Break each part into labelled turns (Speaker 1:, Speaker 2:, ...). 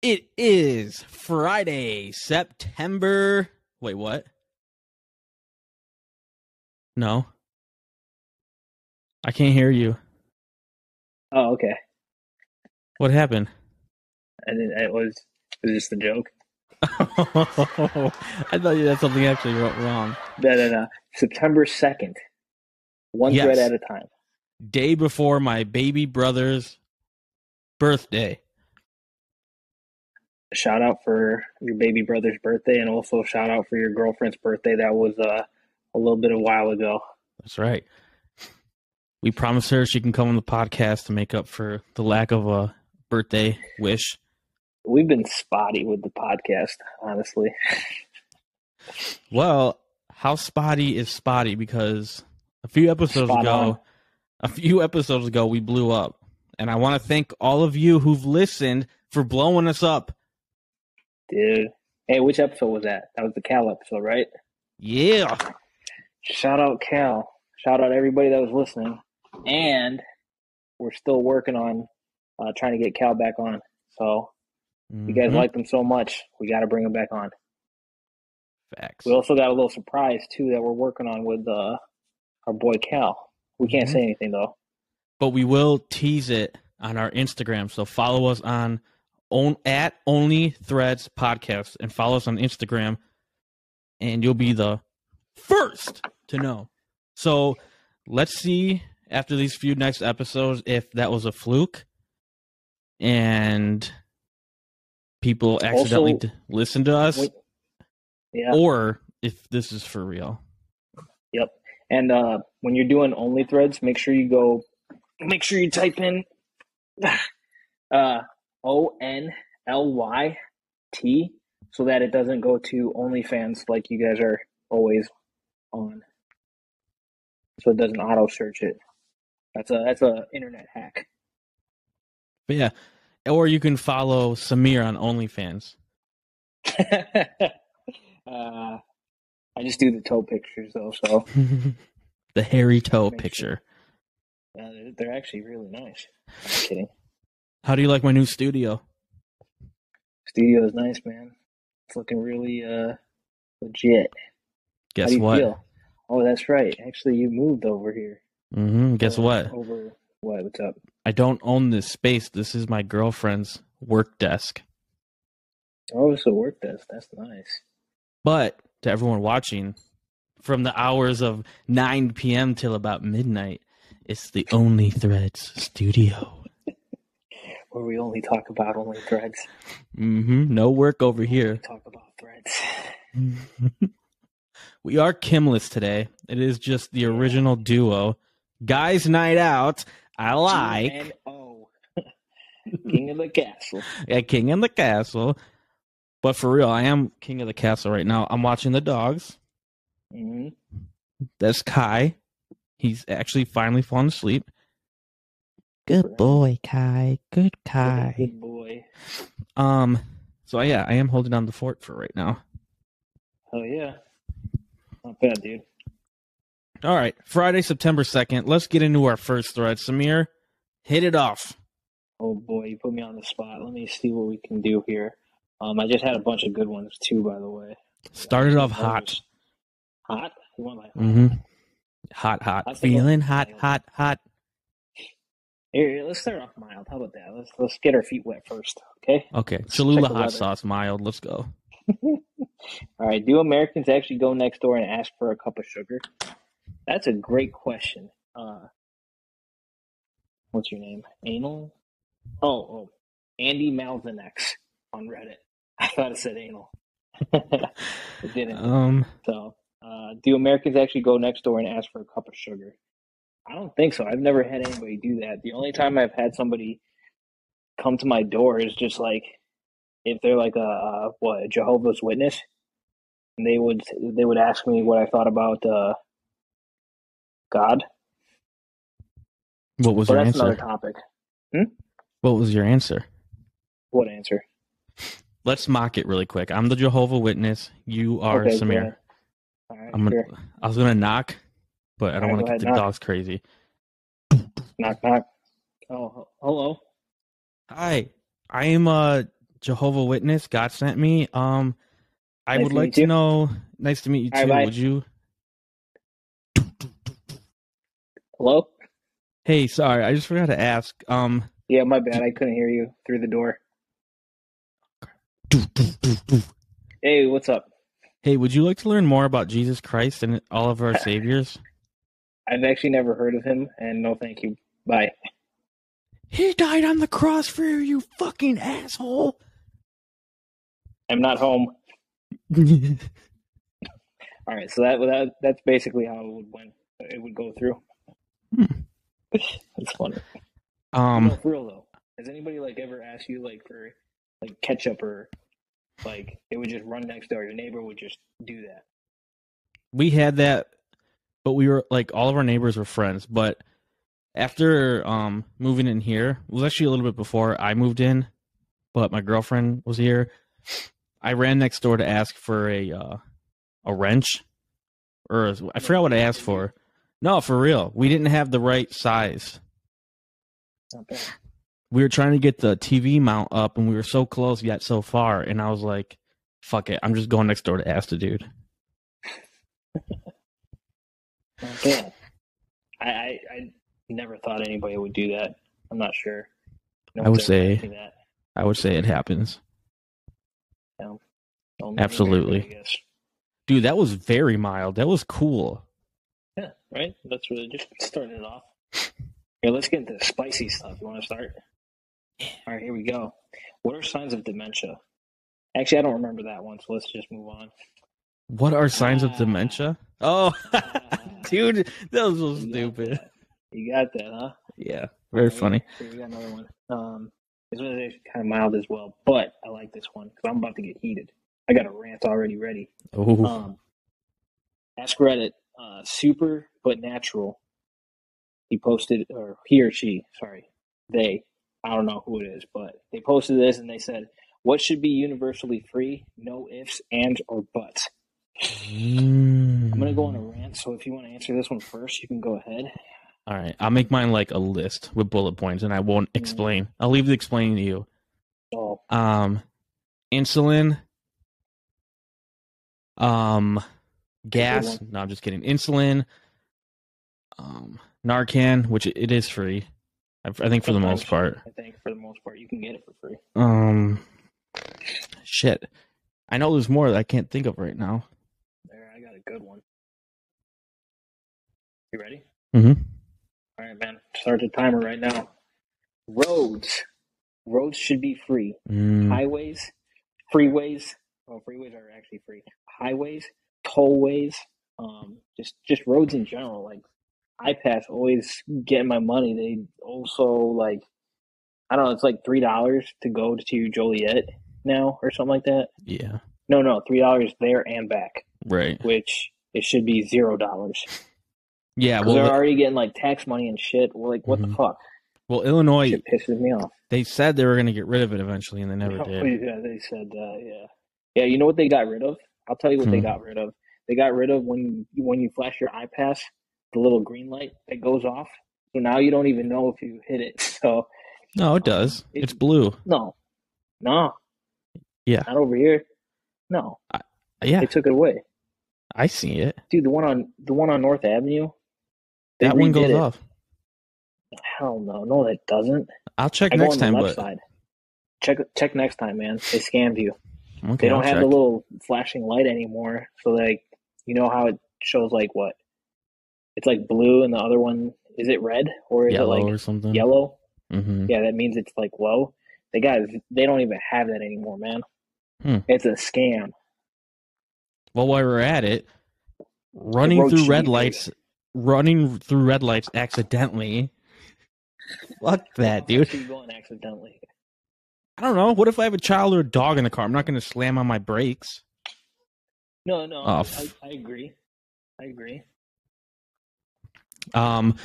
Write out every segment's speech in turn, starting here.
Speaker 1: It is Friday, September. Wait, what? No. I can't hear you.
Speaker 2: Oh, okay.
Speaker 1: What happened?
Speaker 2: I didn't, it was it was just a joke.
Speaker 1: I thought you had something actually wrote wrong.
Speaker 2: No, no, no. September second, one
Speaker 1: Yes.
Speaker 2: thread at a time.
Speaker 1: Day before my baby brother's birthday.
Speaker 2: Shout out for your baby brother's birthday, and also shout out for your girlfriend's birthday. That was uh, a little bit of a while ago.
Speaker 1: That's right. We promised her she can come on the podcast to make up for the lack of a birthday wish.
Speaker 2: We've been spotty with the podcast, honestly.
Speaker 1: Well, how spotty is spotty? Because a few episodes
Speaker 2: Spot
Speaker 1: ago,
Speaker 2: on.
Speaker 1: a few episodes ago, we blew up, and I want to thank all of you who've listened for blowing us up.
Speaker 2: Dude. Hey, which episode was that? That was the Cal episode, right?
Speaker 1: Yeah,
Speaker 2: Shout out Cal. Shout out everybody that was listening. And we're still working on uh, trying to get Cal back on. So You guys
Speaker 1: Mhm.
Speaker 2: liked them so much, we got to bring them back on.
Speaker 1: facts.
Speaker 2: We also got a little surprise too that we're working on with uh, our boy Cal. We can't
Speaker 1: Mhm.
Speaker 2: say anything though.
Speaker 1: but we will tease it on our Instagram. So follow us on on at Only Threads Podcast and follow us on Instagram, and you'll be the first to know. So let's see after these few next episodes if that was a fluke and people accidentally d listen to us,
Speaker 2: We- yeah,
Speaker 1: or if this is for real.
Speaker 2: and uh, when you're doing only threads, make sure you go. Make sure you type in uh, O N L Y T so that it doesn't go to OnlyFans like you guys are always on. So it doesn't auto search it. That's a that's a internet hack.
Speaker 1: But yeah, or you can follow Samir on OnlyFans.
Speaker 2: uh, I just do the toe pictures though, so
Speaker 1: the hairy toe
Speaker 2: Make sure.
Speaker 1: picture.
Speaker 2: uh, they're- they're actually really nice. I'm just kidding.
Speaker 1: How do you like my new studio?
Speaker 2: Studio is nice, man. It's looking really uh legit. How
Speaker 1: Guess
Speaker 2: do you
Speaker 1: what?
Speaker 2: feel? Oh, that's right. Actually, you moved over here.
Speaker 1: hmm Guess
Speaker 2: Uh,
Speaker 1: what?
Speaker 2: Over what? What's up?
Speaker 1: I don't own this space. This is my girlfriend's work desk.
Speaker 2: Oh, it's a work desk. That's nice.
Speaker 1: But to everyone watching, from the hours of 9 p.m. till about midnight, it's the Only Threads studio.
Speaker 2: Where we only talk about only threads.
Speaker 1: hmm No work over here.
Speaker 2: We talk about threads.
Speaker 1: we are Kimless today. It is just the original duo. Guys' night out. I like.
Speaker 2: and oh, king of the castle.
Speaker 1: at King in the Castle. But for real, I am King of the Castle right now. I'm watching the dogs.
Speaker 2: hmm
Speaker 1: That's Kai. He's actually finally fallen asleep. Good boy, Kai. Good
Speaker 2: Good boy.
Speaker 1: Um. So yeah, I am holding down the fort for right now.
Speaker 2: Oh yeah. Not bad, dude.
Speaker 1: All right, Friday, September second. Let's get into our first thread. Samir, hit it off.
Speaker 2: Oh boy, you put me on the spot. Let me see what we can do here. Um, I just had a bunch of good ones too, by the way.
Speaker 1: Started off hot.
Speaker 2: Hot? You want like
Speaker 1: hmm Hot,
Speaker 2: I
Speaker 1: hot.
Speaker 2: think-
Speaker 1: Feeling hot, hot, hot.
Speaker 2: Here, here, let's start off mild. How about that? Let's let's get our feet wet first, okay?
Speaker 1: Okay,
Speaker 2: check
Speaker 1: Cholula
Speaker 2: the
Speaker 1: hot
Speaker 2: weather.
Speaker 1: sauce, mild. Let's go.
Speaker 2: All right. Do Americans actually go next door and ask for a cup of sugar? That's a great question. Uh, what's your name? Anal? Oh, oh, Andy Malzinex on Reddit. I thought it said anal. it didn't.
Speaker 1: Um.
Speaker 2: So, uh, do Americans actually go next door and ask for a cup of sugar? I don't think so. I've never had anybody do that. The only time I've had somebody come to my door is just like if they're like a, a what a Jehovah's Witness, and they would they would ask me what I thought about uh, God.
Speaker 1: What was
Speaker 2: But
Speaker 1: your
Speaker 2: that's another
Speaker 1: answer?
Speaker 2: topic.
Speaker 1: What was your answer?
Speaker 2: What answer?
Speaker 1: Let's mock it really quick. I'm the Jehovah Witness. You are
Speaker 2: Okay, go
Speaker 1: Samir.
Speaker 2: ahead. All right,
Speaker 1: I'm gonna,
Speaker 2: sure.
Speaker 1: I was gonna knock, but I don't
Speaker 2: Alright,
Speaker 1: want to
Speaker 2: go
Speaker 1: get
Speaker 2: ahead,
Speaker 1: the
Speaker 2: knock.
Speaker 1: dogs crazy.
Speaker 2: Knock knock. Oh, hello.
Speaker 1: Hi, I am uh Jehovah Witness God sent me. Um, I
Speaker 2: Nice
Speaker 1: would
Speaker 2: to meet
Speaker 1: like to
Speaker 2: you.
Speaker 1: know. Nice to meet you
Speaker 2: All
Speaker 1: too.
Speaker 2: right, bye.
Speaker 1: would you?
Speaker 2: Hello?
Speaker 1: Hey, sorry, I just forgot to ask. Um,
Speaker 2: Yeah, my bad. I couldn't hear you through the door. Hey, what's up?
Speaker 1: hey, would you like to learn more about Jesus Christ and all of our saviors?
Speaker 2: I've actually never heard of him, and no, thank you. Bye.
Speaker 1: He died on the cross for you, you fucking asshole.
Speaker 2: I'm not home. All right, so that, that that's basically how it would win. It would go through.
Speaker 1: Hmm.
Speaker 2: that's funny. No,
Speaker 1: um,
Speaker 2: for real though, has anybody like ever asked you like for like ketchup or like they would just run next door? Your neighbor would just do that.
Speaker 1: we had that, but we were like all of our neighbors were friends. But after um moving in here, it was actually a little bit before I moved in, but my girlfriend was here. I ran next door to ask for a uh, a wrench, or a, I forgot what I asked for. No, for real, we didn't have the right size.
Speaker 2: It's not bad.
Speaker 1: we were trying to get the TV mount up and we were so close yet so far. And I was like, fuck it. I'm just going next door to ask the dude.
Speaker 2: Not bad. I, I I never thought anybody would do that. I'm not sure. No
Speaker 1: I would
Speaker 2: one's ever
Speaker 1: say
Speaker 2: asked me that.
Speaker 1: I would say it happens.
Speaker 2: Only neighbor,
Speaker 1: absolutely.
Speaker 2: I guess.
Speaker 1: Dude, that was very mild. That was cool.
Speaker 2: Yeah, right? That's what just started it off. Here, let's get into the spicy stuff. You want to start? All right, here we go. What are signs of dementia? Actually, I don't remember that one, so let's just move on.
Speaker 1: What are signs of
Speaker 2: Ah.
Speaker 1: dementia? Oh, dude, that was so stupid.
Speaker 2: You got that, huh?
Speaker 1: Yeah, very
Speaker 2: Alright,
Speaker 1: funny.
Speaker 2: Here we got another one. Um, this one is kind of mild as well, but I like this one because I'm about to get heated. I got a rant already ready.
Speaker 1: Oh,
Speaker 2: Um, ask Reddit, uh, super but natural. He posted, or he or she, sorry, they, I don't know who it is, but they posted this and they said, "What should be universally free? No ifs, ands, or buts." I'm gonna go on a
Speaker 1: Mm.
Speaker 2: rant, so if you want to answer this one first, you can go ahead.
Speaker 1: All right, I'll make mine like a list with bullet points, and I won't
Speaker 2: Mm.
Speaker 1: explain. I'll leave the explaining to you.
Speaker 2: Oh,
Speaker 1: um insulin um gas no i'm just kidding insulin um narcan which it is free i, I think for the most part
Speaker 2: I think for the most part, you can get it for free.
Speaker 1: um shit i know there's more that i can't think of right now
Speaker 2: There, I got a good one. You ready?
Speaker 1: Mhm.
Speaker 2: All right, man. Start the timer right now. Roads. Roads should be free.
Speaker 1: Mm,
Speaker 2: Highways, freeways. Well, freeways are actually free. Highways, tollways, um, just just roads in general. Like iPass always get my money. They also like, I don't know. It's like three dollars to go to Joliet now or something like that.
Speaker 1: yeah
Speaker 2: No, no, three dollars there and back,
Speaker 1: right
Speaker 2: which it should be zero dollars.
Speaker 1: yeah
Speaker 2: Because they're
Speaker 1: well,
Speaker 2: already getting like tax money and shit. Well, like what the
Speaker 1: Mhm.
Speaker 2: fuck?
Speaker 1: well illinois
Speaker 2: Shit pisses me off.
Speaker 1: they said they were going to get rid of it eventually and they never
Speaker 2: Oh,
Speaker 1: did
Speaker 2: Yeah, they said that. Yeah, yeah. You know what they got rid of? I'll tell you what they
Speaker 1: Hmm.
Speaker 2: got rid of. They got rid of when you, when you flash your iPass, the little green light that goes off. So now you don't even know if you hit it. So
Speaker 1: no it does
Speaker 2: It-
Speaker 1: it's blue
Speaker 2: no, no.
Speaker 1: Yeah.
Speaker 2: Not over here. No,
Speaker 1: yeah
Speaker 2: they took it away,
Speaker 1: i see it
Speaker 2: dude. The one on the one on North Avenue. They
Speaker 1: that one
Speaker 2: redid
Speaker 1: goes
Speaker 2: it.
Speaker 1: off
Speaker 2: Hell no, no, that doesn't.
Speaker 1: I'll check
Speaker 2: I go
Speaker 1: next
Speaker 2: on the
Speaker 1: time,
Speaker 2: left
Speaker 1: but
Speaker 2: side. Check check next time, man. They scammed you.
Speaker 1: okay,
Speaker 2: They don't
Speaker 1: I'll
Speaker 2: have
Speaker 1: check.
Speaker 2: the little flashing light anymore. So like you know how it shows like what? It's like blue and the other one is it red or is
Speaker 1: yellow
Speaker 2: it like
Speaker 1: or something.
Speaker 2: yellow?
Speaker 1: hmm
Speaker 2: Yeah, that means it's like low. They guys they don't even have that anymore, man.
Speaker 1: Hmm.
Speaker 2: It's a scam.
Speaker 1: Well, while we're at it, running
Speaker 2: road
Speaker 1: through
Speaker 2: should
Speaker 1: red
Speaker 2: be
Speaker 1: lights, running through red lights accidentally. Fuck that, dude.
Speaker 2: You going accidentally.
Speaker 1: I don't know. What if I have a child or a dog in the car? I'm not going to slam on my brakes.
Speaker 2: No, no,
Speaker 1: Oh,
Speaker 2: I,
Speaker 1: f-
Speaker 2: I, I agree. I agree.
Speaker 1: Um,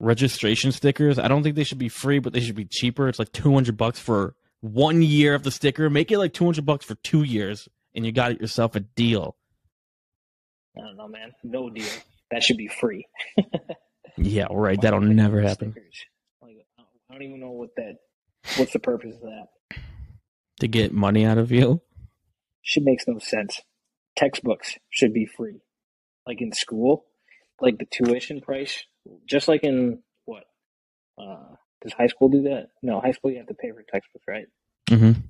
Speaker 1: registration stickers. I don't think they should be free, but they should be cheaper. It's like 200 bucks for one year of the sticker. Make it like 200 bucks for two years, and you got yourself a deal.
Speaker 2: I don't know, man. No deal. That should be free.
Speaker 1: Yeah, right.
Speaker 2: Why
Speaker 1: That'll
Speaker 2: would they
Speaker 1: never
Speaker 2: give us
Speaker 1: happen.
Speaker 2: stickers? Like, I don't- I don't even know what that. What's the purpose of that?
Speaker 1: to get money out of you.
Speaker 2: Shit makes no sense. Textbooks should be free. Like in school, like the tuition price, just like in what? Uh, does high school do that? No, high school you have to pay for textbooks, right?
Speaker 1: Mm-hmm.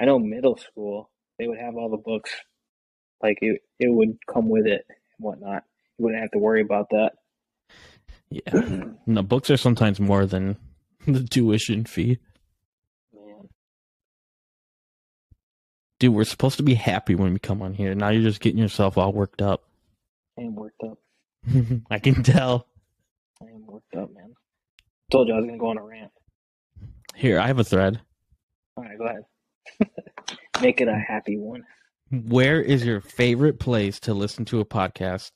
Speaker 2: I know middle school they would have all the books, like it it would come with it and whatnot. You wouldn't have to worry about that.
Speaker 1: Yeah. No, books are sometimes more than the tuition fee.
Speaker 2: Man,
Speaker 1: Dude, we're supposed to be happy when we come on here. Now you're just getting yourself all worked up.
Speaker 2: I am worked up.
Speaker 1: I can tell.
Speaker 2: I am worked up, man. Told you I was gonna go on a rant.
Speaker 1: Here, I have a thread.
Speaker 2: All right, go ahead. Make it a happy one.
Speaker 1: Where is your favorite place to listen to a podcast?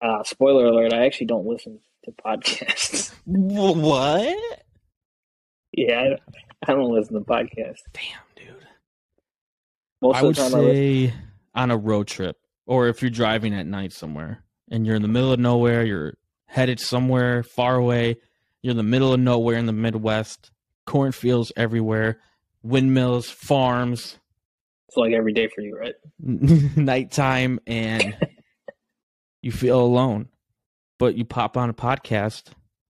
Speaker 2: Uh, spoiler alert: I actually don't listen to podcasts.
Speaker 1: What?
Speaker 2: yeah, I, I don't listen to podcasts.
Speaker 1: Damn, dude.
Speaker 2: Most
Speaker 1: I
Speaker 2: of
Speaker 1: would
Speaker 2: the time, I listen.
Speaker 1: say on a road trip or if you're driving at night somewhere and you're in the middle of nowhere, you're headed somewhere far away, you're in the middle of nowhere in the Midwest, cornfields everywhere, windmills, farms,
Speaker 2: It's like every day for you, right?
Speaker 1: nighttime, and you feel alone. But you pop on a podcast,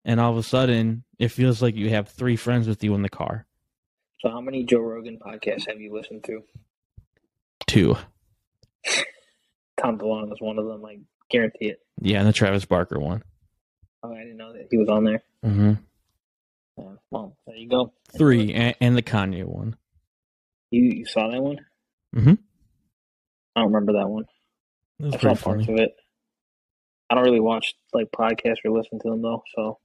Speaker 1: and all of a sudden, it feels like you have three friends with you in the car.
Speaker 2: So, how many Joe Rogan podcasts have you listened to?
Speaker 1: Two.
Speaker 2: Tom DeLonge is one of them. I guarantee it.
Speaker 1: Yeah, and the Travis Barker one.
Speaker 2: Oh, I didn't know that he was on there.
Speaker 1: Mm-hmm.
Speaker 2: Yeah. Well, there you go.
Speaker 1: Three, and, and the Kanye one.
Speaker 2: You you saw that one?
Speaker 1: Mhm.
Speaker 2: I don't remember that one.
Speaker 1: That was
Speaker 2: I saw
Speaker 1: pretty
Speaker 2: parts
Speaker 1: funny.
Speaker 2: of it. I don't really watch like podcasts or listen to them though. So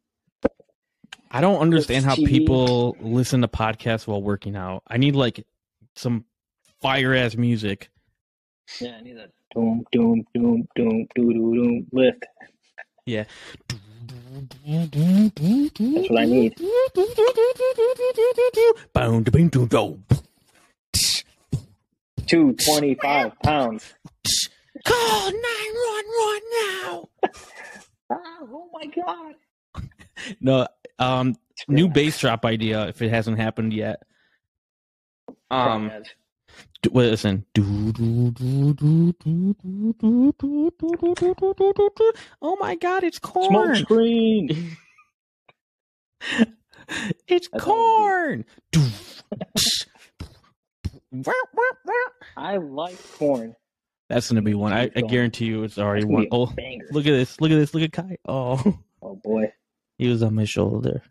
Speaker 1: I don't understand how
Speaker 2: TV.
Speaker 1: people listen to podcasts while working out. I need like some fire ass music.
Speaker 2: yeah, I need that doom doom doom doom doo doo doom lift.
Speaker 1: That's
Speaker 2: what I need.
Speaker 1: Bound to be to go.
Speaker 2: Two twenty five pounds.
Speaker 1: Call nine one one now.
Speaker 2: Ah, oh my god.
Speaker 1: No, um, new bass drop idea if it hasn't happened yet. Um,
Speaker 2: Probably has.
Speaker 1: d- wait, listen. Oh my God, it's
Speaker 2: smoke
Speaker 1: corn!
Speaker 2: screen.
Speaker 1: It's
Speaker 2: That's
Speaker 1: corn.
Speaker 2: I like corn.
Speaker 1: That's gonna be one. I, I guarantee you, it's already
Speaker 2: It's gonna
Speaker 1: one.
Speaker 2: be a
Speaker 1: Oh,
Speaker 2: banger.
Speaker 1: look at this! Look at this! Look at Kai! Oh,
Speaker 2: Oh boy,
Speaker 1: he was on my shoulder.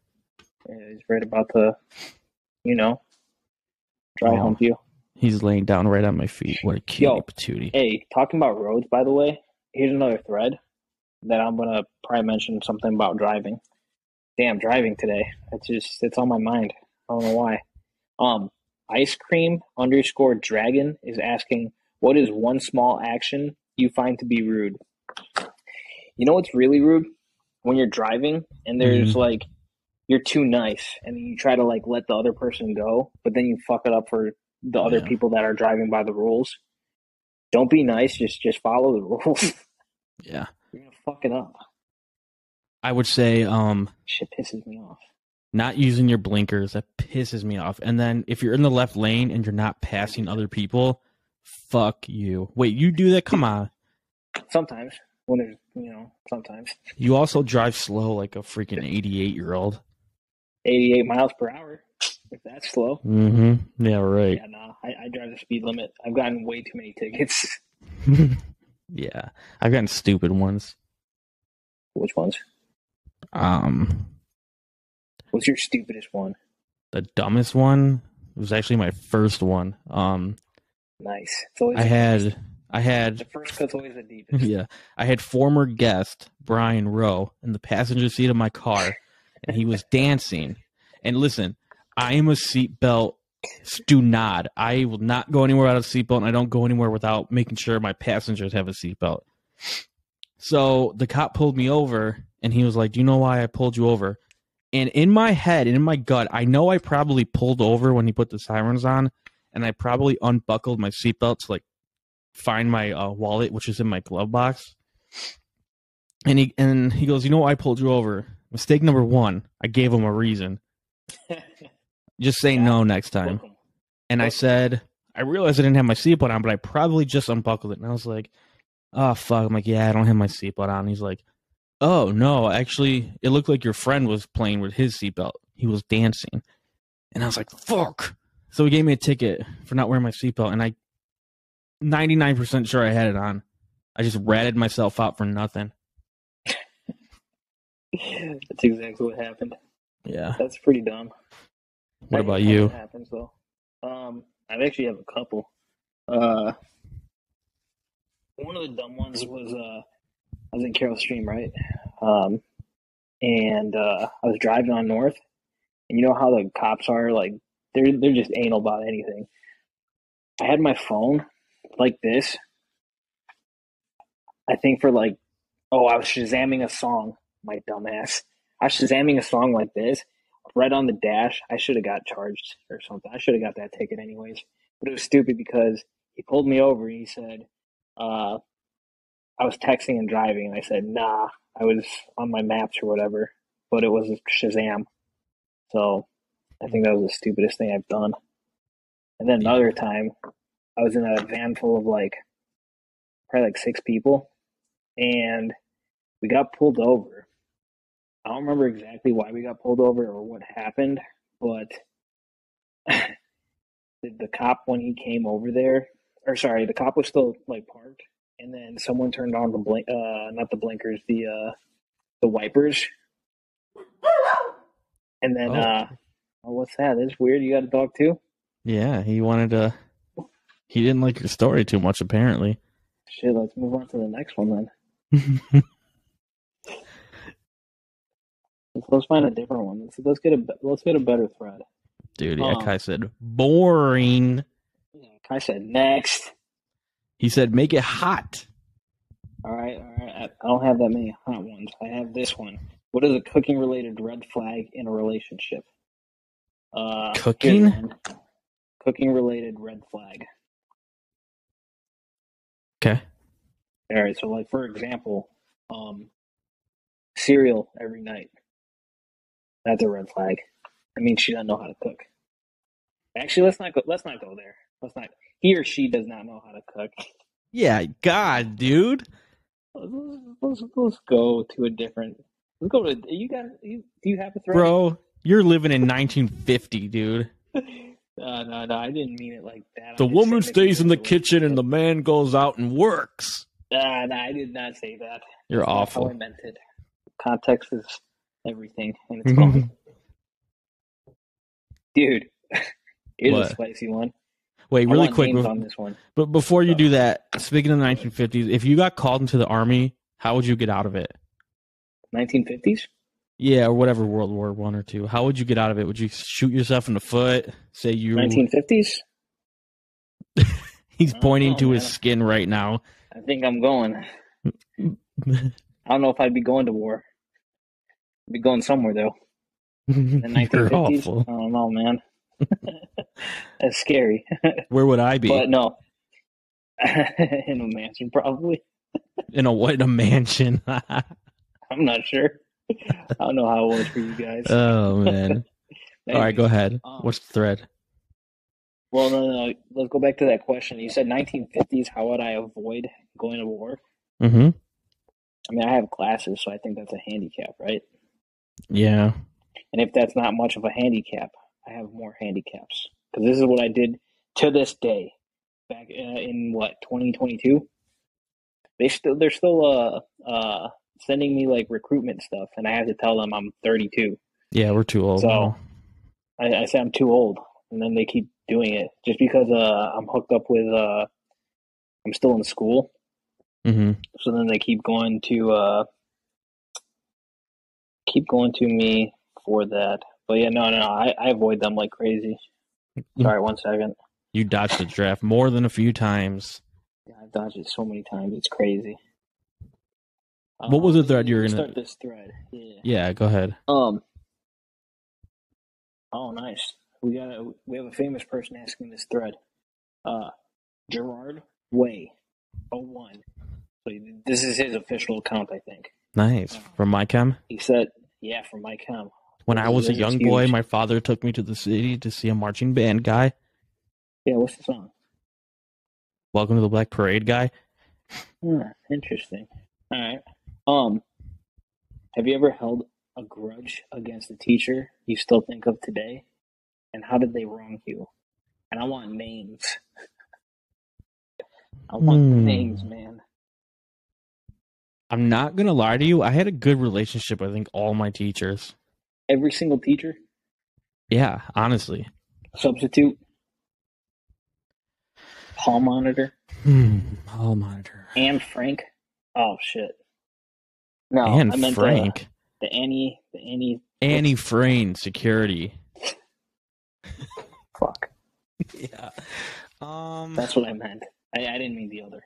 Speaker 2: Yeah, he's right about to, you know, dry
Speaker 1: Oh.
Speaker 2: hump you.
Speaker 1: He's laying down right on my feet. What a cutie
Speaker 2: Yo.
Speaker 1: patootie!
Speaker 2: Hey, talking about roads, by the way, here's another thread that I'm gonna probably mention something about driving. Damn, driving today. It's just it's on my mind. I don't know why. Um, ice cream underscore dragon is asking, what is one small action you find to be rude? You know what's really rude when you're driving and there's like you're too nice and you try to like let the other person go, but then you fuck it up for the other
Speaker 1: Yeah.
Speaker 2: people that are driving by the rules don't be nice. Just just follow the rules.
Speaker 1: Yeah,
Speaker 2: You're gonna fuck it up.
Speaker 1: I would say um
Speaker 2: Shit pisses me off.
Speaker 1: not using your blinkers that pisses me off. And then if you're in the left lane and you're not passing other people, fuck you. Wait, you do that? Come on.
Speaker 2: Sometimes when there's you know sometimes
Speaker 1: You also drive slow like a freaking 88 year old.
Speaker 2: 88 miles per hour. If that's slow,
Speaker 1: Mm-hmm. Yeah, right.
Speaker 2: yeah, nah. I, I drive the speed limit. I've gotten way too many tickets.
Speaker 1: yeah, I've gotten stupid ones.
Speaker 2: Which ones?
Speaker 1: Um,
Speaker 2: What's your stupidest one?
Speaker 1: the dumbest one was actually my first one. Um,
Speaker 2: Nice. It's always
Speaker 1: I
Speaker 2: the
Speaker 1: had,
Speaker 2: first.
Speaker 1: I had
Speaker 2: the first cut's always the deepest.
Speaker 1: yeah. I had former guest Brian Rowe in the passenger seat of my car, and he was dancing. And listen, I am a seatbelt stunad. I will not go anywhere without a seatbelt, and I don't go anywhere without making sure my passengers have a seatbelt. So the cop pulled me over, and he was like, Do you know why I pulled you over? And in my head and in my gut, I know I probably pulled over when he put the sirens on, and I probably unbuckled my seatbelt to like find my uh, wallet, which is in my glove box. And he and he goes, you know, why I pulled you over. Mistake number one. I gave him a reason. Just say no next time.
Speaker 2: Welcome.
Speaker 1: And I
Speaker 2: Okay.
Speaker 1: said, I realized I didn't have my seatbelt on, but I probably just unbuckled it. And I was like, oh, fuck. I'm like, yeah, I don't have my seatbelt on. He's like, oh, no, actually, it looked like your friend was playing with his seatbelt. He was dancing. And I was like, fuck. So he gave me a ticket for not wearing my seatbelt. And I, 99% sure I had it on. I just ratted myself out for nothing.
Speaker 2: That's exactly what happened.
Speaker 1: Yeah.
Speaker 2: That's pretty dumb.
Speaker 1: What
Speaker 2: That
Speaker 1: about
Speaker 2: usually
Speaker 1: you?
Speaker 2: Happens though. Um, I actually have a couple. Uh, one of the dumb ones was uh, I was in Carroll Stream, right? Um, and uh, I was driving on North, and you know how the cops are like they're they're just anal about anything. I had my phone like this. I think for like, oh, I was shazamming a song, my dumbass. I was shazamming a song like this right on the dash. I should have got charged or something. I should have got that ticket anyways. But it was stupid because he pulled me over and he said, uh, I was texting and driving. And I said, nah, I was on my maps or whatever. But it was Shazam. So I think that was the stupidest thing I've done. And then another time, I was in a van full of like, probably like six people. And we got pulled over. I don't remember exactly why we got pulled over or what happened, but the, the cop when he came over there, or sorry, the cop was still like parked, and then someone turned on the blink, uh, not the blinkers, the uh, the wipers, and then
Speaker 1: Oh.
Speaker 2: uh, oh, what's that? That's weird. You got a dog too?
Speaker 1: Yeah. He wanted to, he didn't like your story too much, apparently.
Speaker 2: Shit, let's move on to the next one then. Let's, let's find a different one. Let's let's get a be- let's get a better thread.
Speaker 1: Dude, yeah,
Speaker 2: Oh.
Speaker 1: Kai said, boring.
Speaker 2: Hmm, I said next.
Speaker 1: He said, make it hot.
Speaker 2: All right, all right. I, I don't have that many hot ones. I have this one. What is a cooking related red flag in a relationship? Uh, here's
Speaker 1: Cooking?
Speaker 2: one. Cooking related red flag.
Speaker 1: Okay.
Speaker 2: All right, so like for example, um, cereal every night. That's a red flag. I mean, she doesn't know how to cook. Actually, let's not go. Let's not go there. Let's not. He or she does not know how to cook.
Speaker 1: Yeah, God, dude.
Speaker 2: Let's, let's, let's go to a different. Let's go to. You got? You, do you have a thread?
Speaker 1: Bro, you're living in 1950, dude.
Speaker 2: no, Uh, no, no. I didn't mean it like that.
Speaker 1: The
Speaker 2: I just
Speaker 1: woman
Speaker 2: said that
Speaker 1: stays in the
Speaker 2: you-
Speaker 1: kitchen and the man goes out and works.
Speaker 2: Ah, no, I did not say that.
Speaker 1: You're
Speaker 2: That's how I
Speaker 1: awful.
Speaker 2: meant it. Context is everything, and it's
Speaker 1: Mm-hmm.
Speaker 2: gone. Dude, here's
Speaker 1: What?
Speaker 2: a spicy one.
Speaker 1: Wait,
Speaker 2: I
Speaker 1: really
Speaker 2: want
Speaker 1: quick,
Speaker 2: names
Speaker 1: bef-
Speaker 2: on this one.
Speaker 1: but before you do that, speaking of the 1950s, if you got called into the army, how would you get out of it?
Speaker 2: 1950s.
Speaker 1: Yeah, or whatever World War One or two. How would you get out of it? Would you shoot yourself in the foot? Say you?
Speaker 2: 1950s.
Speaker 1: He's
Speaker 2: I don't
Speaker 1: pointing
Speaker 2: know,
Speaker 1: to his
Speaker 2: Oh, man.
Speaker 1: skin right now.
Speaker 2: I think I'm going. I don't know if I'd be going to war. I'd be going somewhere though. The
Speaker 1: You're
Speaker 2: 1950s.
Speaker 1: awful.
Speaker 2: I don't know, man. That's scary.
Speaker 1: Where would I be?
Speaker 2: But no, in a mansion probably.
Speaker 1: in a what? In a mansion?
Speaker 2: I'm not sure. I don't know how it was for you guys.
Speaker 1: oh man! All right, go ahead.
Speaker 2: Um,
Speaker 1: What's the thread?
Speaker 2: Well, no, no, no. Let's go back to that question. You said 1950s. How would I avoid going to war?
Speaker 1: Mm-hmm.
Speaker 2: I mean, I have classes, so I think that's a handicap, right?
Speaker 1: Yeah.
Speaker 2: And if that's not much of a handicap, I have more handicaps because this is what I did to this day back uh, in what 2022. They still they're still uh uh sending me like recruitment stuff, and I have to tell them I'm 32.
Speaker 1: Yeah, we're too old.
Speaker 2: So-
Speaker 1: now.
Speaker 2: I, I say I'm too old, and then they keep doing it just because uh, I'm hooked up with uh, I'm still in school,
Speaker 1: Mhm.
Speaker 2: so then they keep going to uh, keep going to me for that. But yeah, no, no, no, I, I avoid them like crazy.
Speaker 1: Mm.
Speaker 2: Sorry, one second.
Speaker 1: You dodged the draft more than a few times.
Speaker 2: Yeah, I've dodged it so many times; it's crazy.
Speaker 1: What was the
Speaker 2: Um,
Speaker 1: thread you were
Speaker 2: let's
Speaker 1: gonna-
Speaker 2: start this thread? Yeah.
Speaker 1: Yeah, go ahead.
Speaker 2: Um. Oh, nice. We got a we have a famous person asking this thread. Uh, Gerard Way, 01. So this is his official account, I think.
Speaker 1: Nice from my chem.
Speaker 2: He said, "Yeah, from my com."
Speaker 1: When I was a
Speaker 2: It's
Speaker 1: young
Speaker 2: huge.
Speaker 1: boy, my father took me to the city to see a marching band guy.
Speaker 2: Yeah, what's the song?
Speaker 1: Welcome to the Black Parade guy.
Speaker 2: Hmm, interesting. All right. Um, have you ever held a grudge against a teacher you still think of today? And how did they wrong you? And I want names. I want
Speaker 1: Hmm.
Speaker 2: names, man.
Speaker 1: I'm not gonna lie to you. I had a good relationship. I think all my teachers.
Speaker 2: Every single teacher,
Speaker 1: Yeah, honestly.
Speaker 2: substitute, hall monitor,
Speaker 1: Hmm. Hall monitor.
Speaker 2: and Frank. Oh shit. No, I
Speaker 1: and
Speaker 2: meant uh,
Speaker 1: Frank.
Speaker 2: The, the Annie. The Annie.
Speaker 1: Annie Frayne security.
Speaker 2: Fuck.
Speaker 1: Yeah. Um
Speaker 2: That's what I meant. I, I didn't mean the other.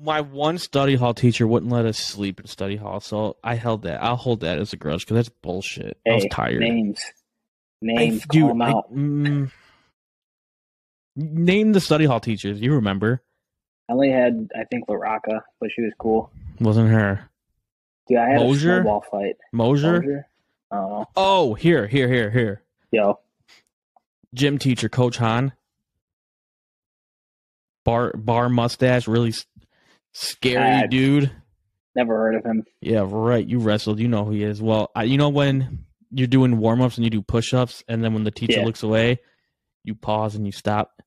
Speaker 1: my one study hall teacher wouldn't let us sleep in study hall, so I held that. I'll hold that as a grudge because that's bullshit. I was
Speaker 2: Hey,
Speaker 1: tired.
Speaker 2: Names. Names.
Speaker 1: I-
Speaker 2: call them
Speaker 1: I-
Speaker 2: out.
Speaker 1: mm, name the study hall teachers. You remember?
Speaker 2: I only had, I think, Laraca, but she was cool.
Speaker 1: Wasn't her
Speaker 2: Dude, I had
Speaker 1: Mosier?
Speaker 2: a snowball fight.
Speaker 1: Mosier?
Speaker 2: Mosier? I don't know.
Speaker 1: Oh, here, here, here, here.
Speaker 2: Yo,
Speaker 1: Gym teacher, Coach Han. Bar bar mustache, really s- scary
Speaker 2: Ah.
Speaker 1: dude.
Speaker 2: never heard of him.
Speaker 1: Yeah, right. You wrestled. You know who he is. Well, I, you know when you're doing warm ups and you do push ups, and then when the teacher
Speaker 2: Yeah.
Speaker 1: looks away, you pause and you stop,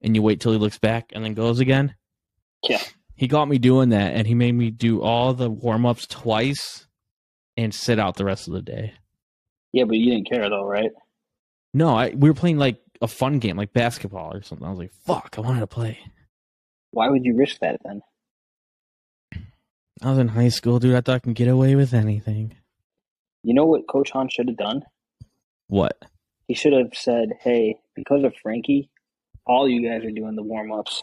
Speaker 1: and you wait till he looks back and then goes again.
Speaker 2: Yeah.
Speaker 1: He got me doing that, and he made me do all the warm ups twice, and sit out the rest of the day.
Speaker 2: Yeah, but you didn't care, though, right?
Speaker 1: No, I we were playing like a fun game, like basketball or something. I was like, "Fuck, I wanted to play."
Speaker 2: Why would you risk that then?
Speaker 1: I was in high school, dude. I thought I can get away with anything.
Speaker 2: You know what Coach Han should have done?
Speaker 1: What?
Speaker 2: He should have said, hey, because of Frankie, all you guys are doing the warm ups.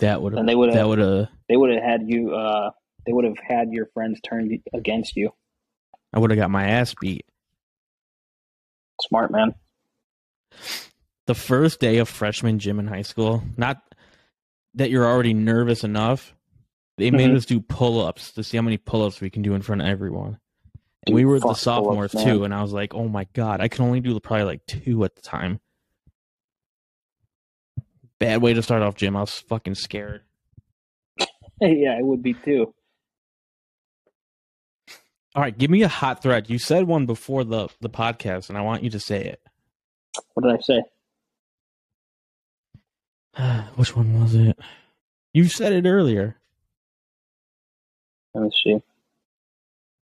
Speaker 1: That would
Speaker 2: And they would've-
Speaker 1: that would have
Speaker 2: They would have had you, uh, they would have had your friends turned against you.
Speaker 1: I would have got my ass beat.
Speaker 2: Smart man.
Speaker 1: the first day of freshman gym in high school, not that you're already nervous enough, they made
Speaker 2: Mhm.
Speaker 1: us do pull ups to see how many pull ups we can do in front of everyone. And
Speaker 2: Dude,
Speaker 1: we were the
Speaker 2: fuck pull-ups,
Speaker 1: sophomores
Speaker 2: man.
Speaker 1: too, and I was like, oh my God, I can only do probably like two at the time. Bad way to start off gym. I was fucking scared.
Speaker 2: yeah, I would be too.
Speaker 1: All right, give me a hot thread. You said one before the, the podcast, and I want you to say it.
Speaker 2: What did I say?
Speaker 1: Which one was it? You said it earlier.
Speaker 2: Let me see. Is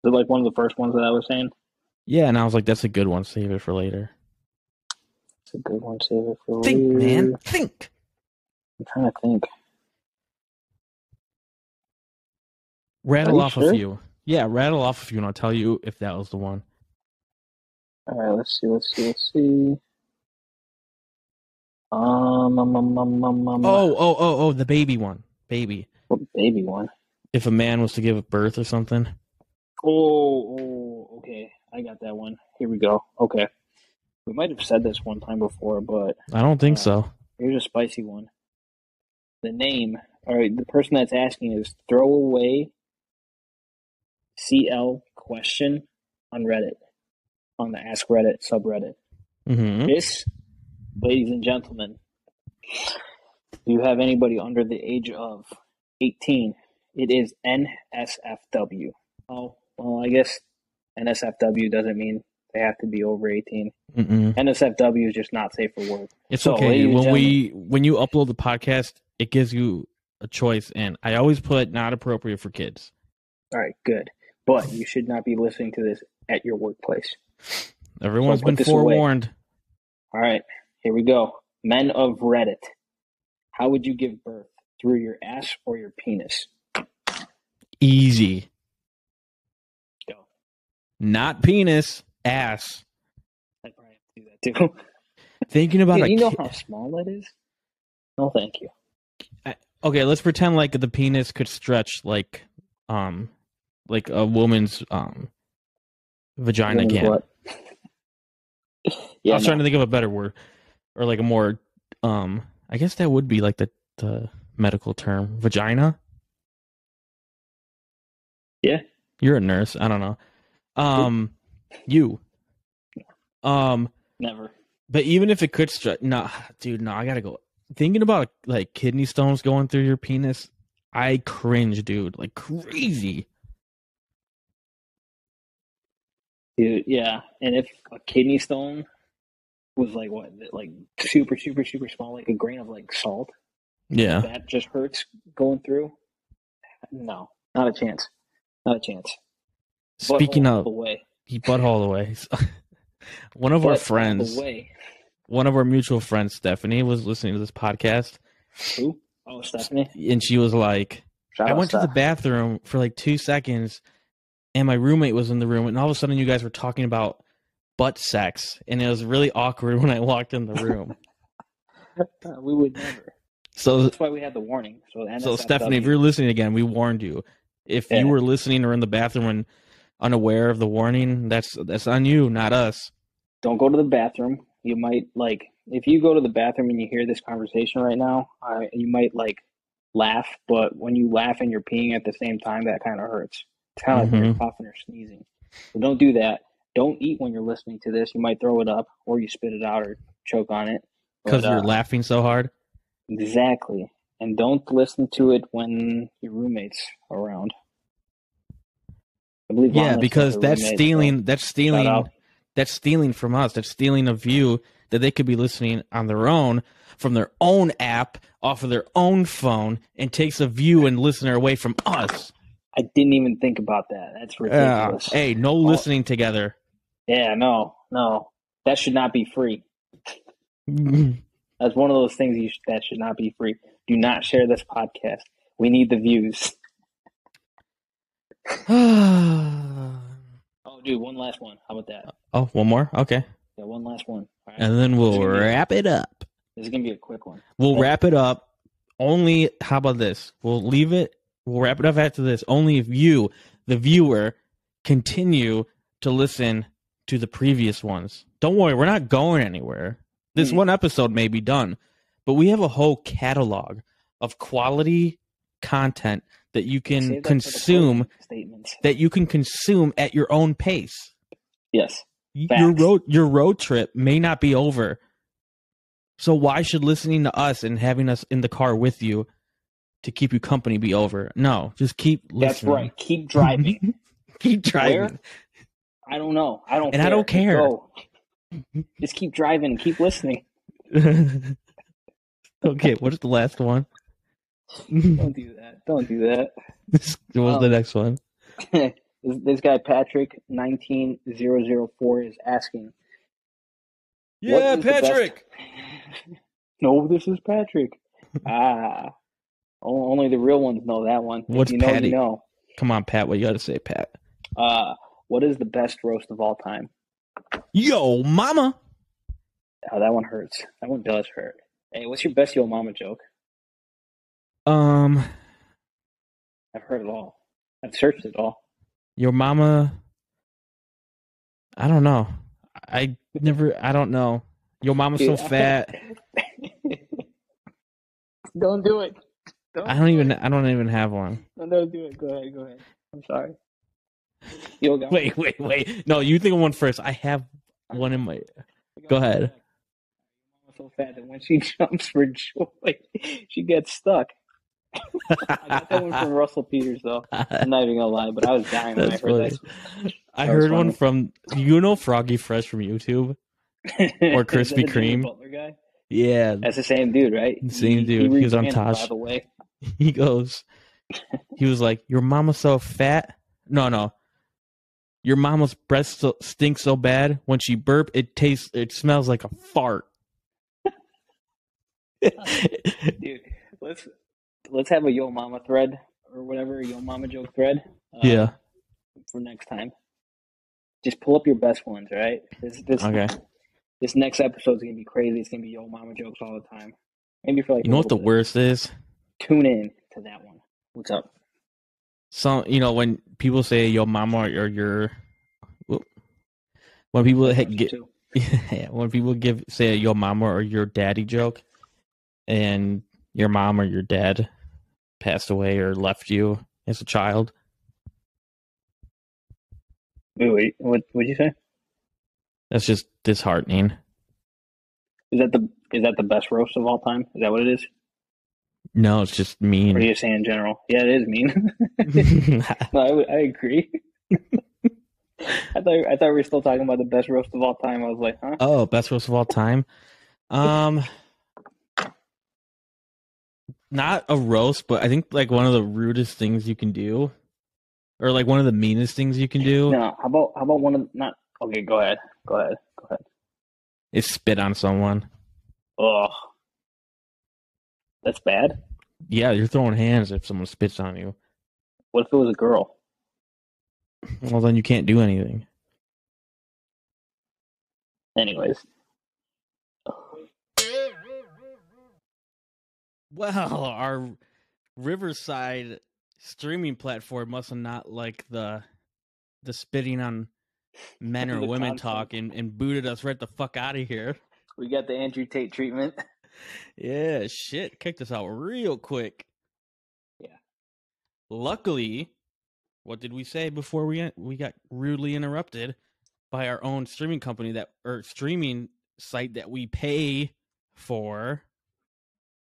Speaker 2: it like one of the first ones that I was saying?
Speaker 1: Yeah, and I was like, that's a good one. Save it for later.
Speaker 2: It's a good one. Save it for
Speaker 1: Think,
Speaker 2: later.
Speaker 1: man. Think.
Speaker 2: I'm trying to think.
Speaker 1: Rattle
Speaker 2: you
Speaker 1: off
Speaker 2: sure?
Speaker 1: a few. Yeah, rattle off a few, and I'll tell you if that was the one.
Speaker 2: All right, let's see. Let's see. Let's see. Um, um, um, um, um, um
Speaker 1: Oh, oh, oh, oh, the baby one. Baby.
Speaker 2: what baby one.
Speaker 1: If a man was to give birth or something.
Speaker 2: Oh, oh, okay. I got that one. Here we go. Okay. We might have said this one time before, but
Speaker 1: I don't think so.
Speaker 2: Here's a spicy one. The name, or the person that's asking is throwaway CL question on Reddit, on the Ask Reddit subreddit.
Speaker 1: hmm
Speaker 2: This, ladies and gentlemen, do you have anybody under the age of 18? It is NSFW. Oh, well, I guess NSFW doesn't mean they have to be over 18.
Speaker 1: Mm-mm.
Speaker 2: NSFW is just not safe for work.
Speaker 1: It's
Speaker 2: So,
Speaker 1: okay.
Speaker 2: ladies and
Speaker 1: When we when you upload the podcast, it gives you a choice, and I always put not appropriate for kids.
Speaker 2: All right, good. But you should not be listening to this at your workplace.
Speaker 1: Everyone's
Speaker 2: Don't
Speaker 1: been
Speaker 2: put this away.
Speaker 1: forewarned.
Speaker 2: All right, here we go. Men of Reddit. How would you give birth? Through your ass or your penis?
Speaker 1: Easy.
Speaker 2: Go.
Speaker 1: Not penis. Ass.
Speaker 2: I probably do that too.
Speaker 1: Thinking about
Speaker 2: Dude,
Speaker 1: a
Speaker 2: you know
Speaker 1: ki-
Speaker 2: how small that is? No, thank you.
Speaker 1: okay let's pretend like the penis could stretch like um like a woman's um vagina
Speaker 2: Women's
Speaker 1: can
Speaker 2: what? yeah,
Speaker 1: i was
Speaker 2: no.
Speaker 1: trying to think of a better word or like a more um i guess that would be like the the medical term vagina
Speaker 2: Yeah.
Speaker 1: you're a nurse i don't know Um, you. Um,
Speaker 2: Never.
Speaker 1: but even if it could stretch, nah, dude, no, I gotta go. Thinking about like kidney stones going through your penis, I cringe, dude, like crazy.
Speaker 2: Dude, yeah. And if a kidney stone was like what, like super, super, super small, like a grain of like salt,
Speaker 1: Yeah,
Speaker 2: that just hurts going through. No, not a chance. Not a chance.
Speaker 1: Speaking
Speaker 2: Butthole all
Speaker 1: of,
Speaker 2: the way.
Speaker 1: he butthole away. one of
Speaker 2: Butthole all
Speaker 1: our
Speaker 2: the
Speaker 1: friends,
Speaker 2: way.
Speaker 1: one of our mutual friends, Stephanie, was listening to this podcast,
Speaker 2: Who? Oh, Stephanie.
Speaker 1: and she was like,
Speaker 2: Shout
Speaker 1: "I
Speaker 2: out,
Speaker 1: went to the
Speaker 2: Steph.
Speaker 1: bathroom for like two seconds, and my roommate was in the room, and all of a sudden, you guys were talking about butt sex, and it was really awkward when I walked in the room."
Speaker 2: Uh, We would never.
Speaker 1: so
Speaker 2: That's why we had the warning. So,
Speaker 1: So
Speaker 2: NSFW.
Speaker 1: Stephanie, if you're listening again, we warned you. If
Speaker 2: Yeah.
Speaker 1: you were listening or in the bathroom and unaware of the warning, that's that's on you, not us.
Speaker 2: don't go to the bathroom. You might like if you go to the bathroom and you hear this conversation right now, I, you might like laugh, but when you laugh and you're peeing at the same time, that kind of hurts. It's kind of like when
Speaker 1: Mm-hmm.
Speaker 2: you're coughing or sneezing. So don't do that. Don't eat when you're listening to this. You might throw it up, or you spit it out, or choke on it.
Speaker 1: Because
Speaker 2: But,
Speaker 1: you're
Speaker 2: uh,
Speaker 1: laughing so hard.
Speaker 2: exactly. And don't listen to it when your roommates around. I believe Lana
Speaker 1: Yeah,
Speaker 2: said
Speaker 1: because
Speaker 2: her
Speaker 1: that's
Speaker 2: roommate, so
Speaker 1: stealing that's
Speaker 2: shout
Speaker 1: stealing
Speaker 2: out.
Speaker 1: that's stealing from us. That's stealing a view that they could be listening on their own from their own app off of their own phone and takes a view and listener away from us.
Speaker 2: I didn't even think about that. That's
Speaker 1: Yeah.
Speaker 2: ridiculous. Oh.
Speaker 1: hey, no listening together.
Speaker 2: Yeah, no, no, that should not be free.
Speaker 1: yeah,
Speaker 2: That's one of those things you sh- that should not be free. Do not share this podcast. We need the views. Oh, dude, one last one. How about that?
Speaker 1: oh, one more? Okay.
Speaker 2: Yeah, one last one. All right.
Speaker 1: And then we'll
Speaker 2: Continue.
Speaker 1: wrap it up.
Speaker 2: This is gonna be a quick one.
Speaker 1: We'll
Speaker 2: Yeah.
Speaker 1: wrap it up. Only how about this? We'll leave it. We'll wrap it up after this. Only if you, the viewer, continue to listen to the previous ones. Don't worry, we're not going anywhere. This
Speaker 2: Mm.
Speaker 1: one episode may be done, but we have a whole catalog of quality content that you
Speaker 2: Save that for
Speaker 1: can
Speaker 2: the
Speaker 1: consume
Speaker 2: closing statements.
Speaker 1: that you can consume at your own pace.
Speaker 2: Yes,
Speaker 1: Y- Your
Speaker 2: Facts.
Speaker 1: road your road trip may not be over. So why should listening to us and having us in the car with you to keep you company be over? No, just keep listening.
Speaker 2: that's right. Keep driving.
Speaker 1: keep driving.
Speaker 2: Where? I don't know. I don't.
Speaker 1: And I
Speaker 2: care.
Speaker 1: don't
Speaker 2: Just
Speaker 1: care.
Speaker 2: go. Just keep driving and keep listening.
Speaker 1: okay, what's the last one? What's
Speaker 2: Don't do that. Don't do that.
Speaker 1: the
Speaker 2: Um,
Speaker 1: next one?
Speaker 2: this, this guy Patrick nineteen zero zero four is asking. "What is the best- no, this is Patrick. ah, O- only the real ones know that one. If
Speaker 1: What's
Speaker 2: you know,
Speaker 1: Patty?
Speaker 2: you know.
Speaker 1: Come on, Pat, what you gotta say, Pat.
Speaker 2: Uh, what is the best roast of all time?
Speaker 1: Yo, mama.
Speaker 2: Oh, that one hurts. That one does hurt. Hey, what's your best yo mama joke?
Speaker 1: Um
Speaker 2: I've heard it all. I've searched it all.
Speaker 1: your mama i don't know i never i don't know your mama's so
Speaker 2: Dude, I-
Speaker 1: fat
Speaker 2: don't do it. Don't
Speaker 1: i don't
Speaker 2: do
Speaker 1: even
Speaker 2: It.
Speaker 1: i don't even have one
Speaker 2: No, don't do it. Go ahead. Go ahead. I'm sorry. Yo, go.
Speaker 1: wait wait wait no you think of one first i have one in my Go ahead.
Speaker 2: So fat that when she jumps for joy, she gets stuck. I got that one from Russell Peters, though. I'm not even gonna lie, but I was dying when I
Speaker 1: That's
Speaker 2: heard
Speaker 1: i
Speaker 2: That was
Speaker 1: heard one from you know froggy fresh from youtube
Speaker 2: that.
Speaker 1: Or
Speaker 2: Is that the
Speaker 1: Krispy
Speaker 2: Jimmy
Speaker 1: Kreme.
Speaker 2: Butler guy?
Speaker 1: yeah
Speaker 2: That's the same dude, right?
Speaker 1: Same dude. He
Speaker 2: reads
Speaker 1: was on
Speaker 2: Vans,
Speaker 1: Tosh.
Speaker 2: By the way,
Speaker 1: he goes he was like your mama's so fat no no your mama's breath so, stinks so bad when she burp it tastes it smells like a fart
Speaker 2: dude, let's let's have a Yo Mama thread or whatever Yo Mama joke thread. uh,
Speaker 1: yeah
Speaker 2: for next time. Just pull up your best ones, right? This this
Speaker 1: Okay.
Speaker 2: this next episode's gonna be crazy. It's gonna be Yo Mama jokes all the time. Maybe for like
Speaker 1: You
Speaker 2: a
Speaker 1: know what the
Speaker 2: little bit.
Speaker 1: worst is?
Speaker 2: tune in to that one. What's up?
Speaker 1: Some you know when people say your mama or your, your whoop. when people ha- get
Speaker 2: Two.
Speaker 1: when people give say your mama or your daddy joke, and your mom or your dad passed away or left you as a child.
Speaker 2: Wait, wait, what would you say?
Speaker 1: That's just disheartening.
Speaker 2: Is that the is that the best roast of all time? Is that what it is?
Speaker 1: No, it's just
Speaker 2: Or are
Speaker 1: mean.
Speaker 2: you saying in general? Yeah, it is mean.
Speaker 1: no,
Speaker 2: no, I, would- I agree. I thought I thought we were still talking about the best roast of all time. I was like, huh?
Speaker 1: Oh, best roast of all time. Um, not a roast, but I think like one of the rudest things you can do, or like one of the meanest things you can do,
Speaker 2: No, how about how about one of not? Okay, go ahead, go ahead, go ahead.
Speaker 1: is spit on someone.
Speaker 2: Ugh, that's bad.
Speaker 1: Yeah, you're throwing hands if someone spits on you.
Speaker 2: What if it was a girl?
Speaker 1: Well, then you can't do anything.
Speaker 2: Anyways,
Speaker 1: Well, our Riverside streaming platform must not like the the spitting on men or
Speaker 2: The
Speaker 1: women
Speaker 2: content.
Speaker 1: talk and, and booted us right the fuck out of here.
Speaker 2: we got the Andrew Tate treatment.
Speaker 1: Yeah, shit. Kicked us out real quick.
Speaker 2: Yeah.
Speaker 1: Luckily, what did we say before we we got rudely interrupted by our own streaming company that or streaming site that we pay for?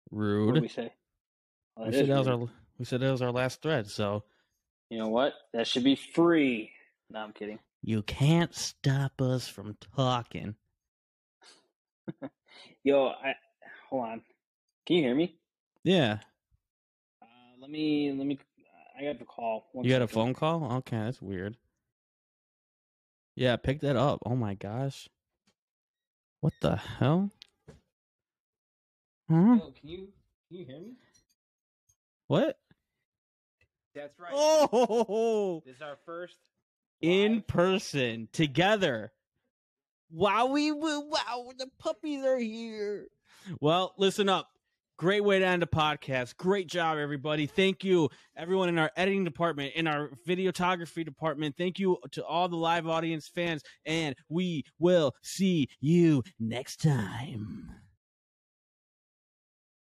Speaker 2: What
Speaker 1: Rude.
Speaker 2: do we say? Well,
Speaker 1: We
Speaker 2: it
Speaker 1: said
Speaker 2: is
Speaker 1: that was
Speaker 2: rude.
Speaker 1: our we said that was our last thread, so
Speaker 2: You know what? That should be free. No, I'm kidding.
Speaker 1: you can't stop us from talking.
Speaker 2: Yo, I hold on. Can you hear me?
Speaker 1: Yeah.
Speaker 2: Uh, let me let me. I got the call. One
Speaker 1: You had a
Speaker 2: second.
Speaker 1: phone call? Okay, that's weird. Yeah, pick that up. Oh my gosh. What the hell? Huh?
Speaker 2: Yo, can you can you hear me?
Speaker 1: What?
Speaker 3: That's right.
Speaker 1: Oh,
Speaker 3: This is our first
Speaker 1: in person together. Wow, we woo, wow, the puppies are here. Well, listen up. Great way to end a podcast. Great job, everybody. Thank you, everyone in our editing department, in our videography department. Thank you to all the live audience fans, and we will see you next time.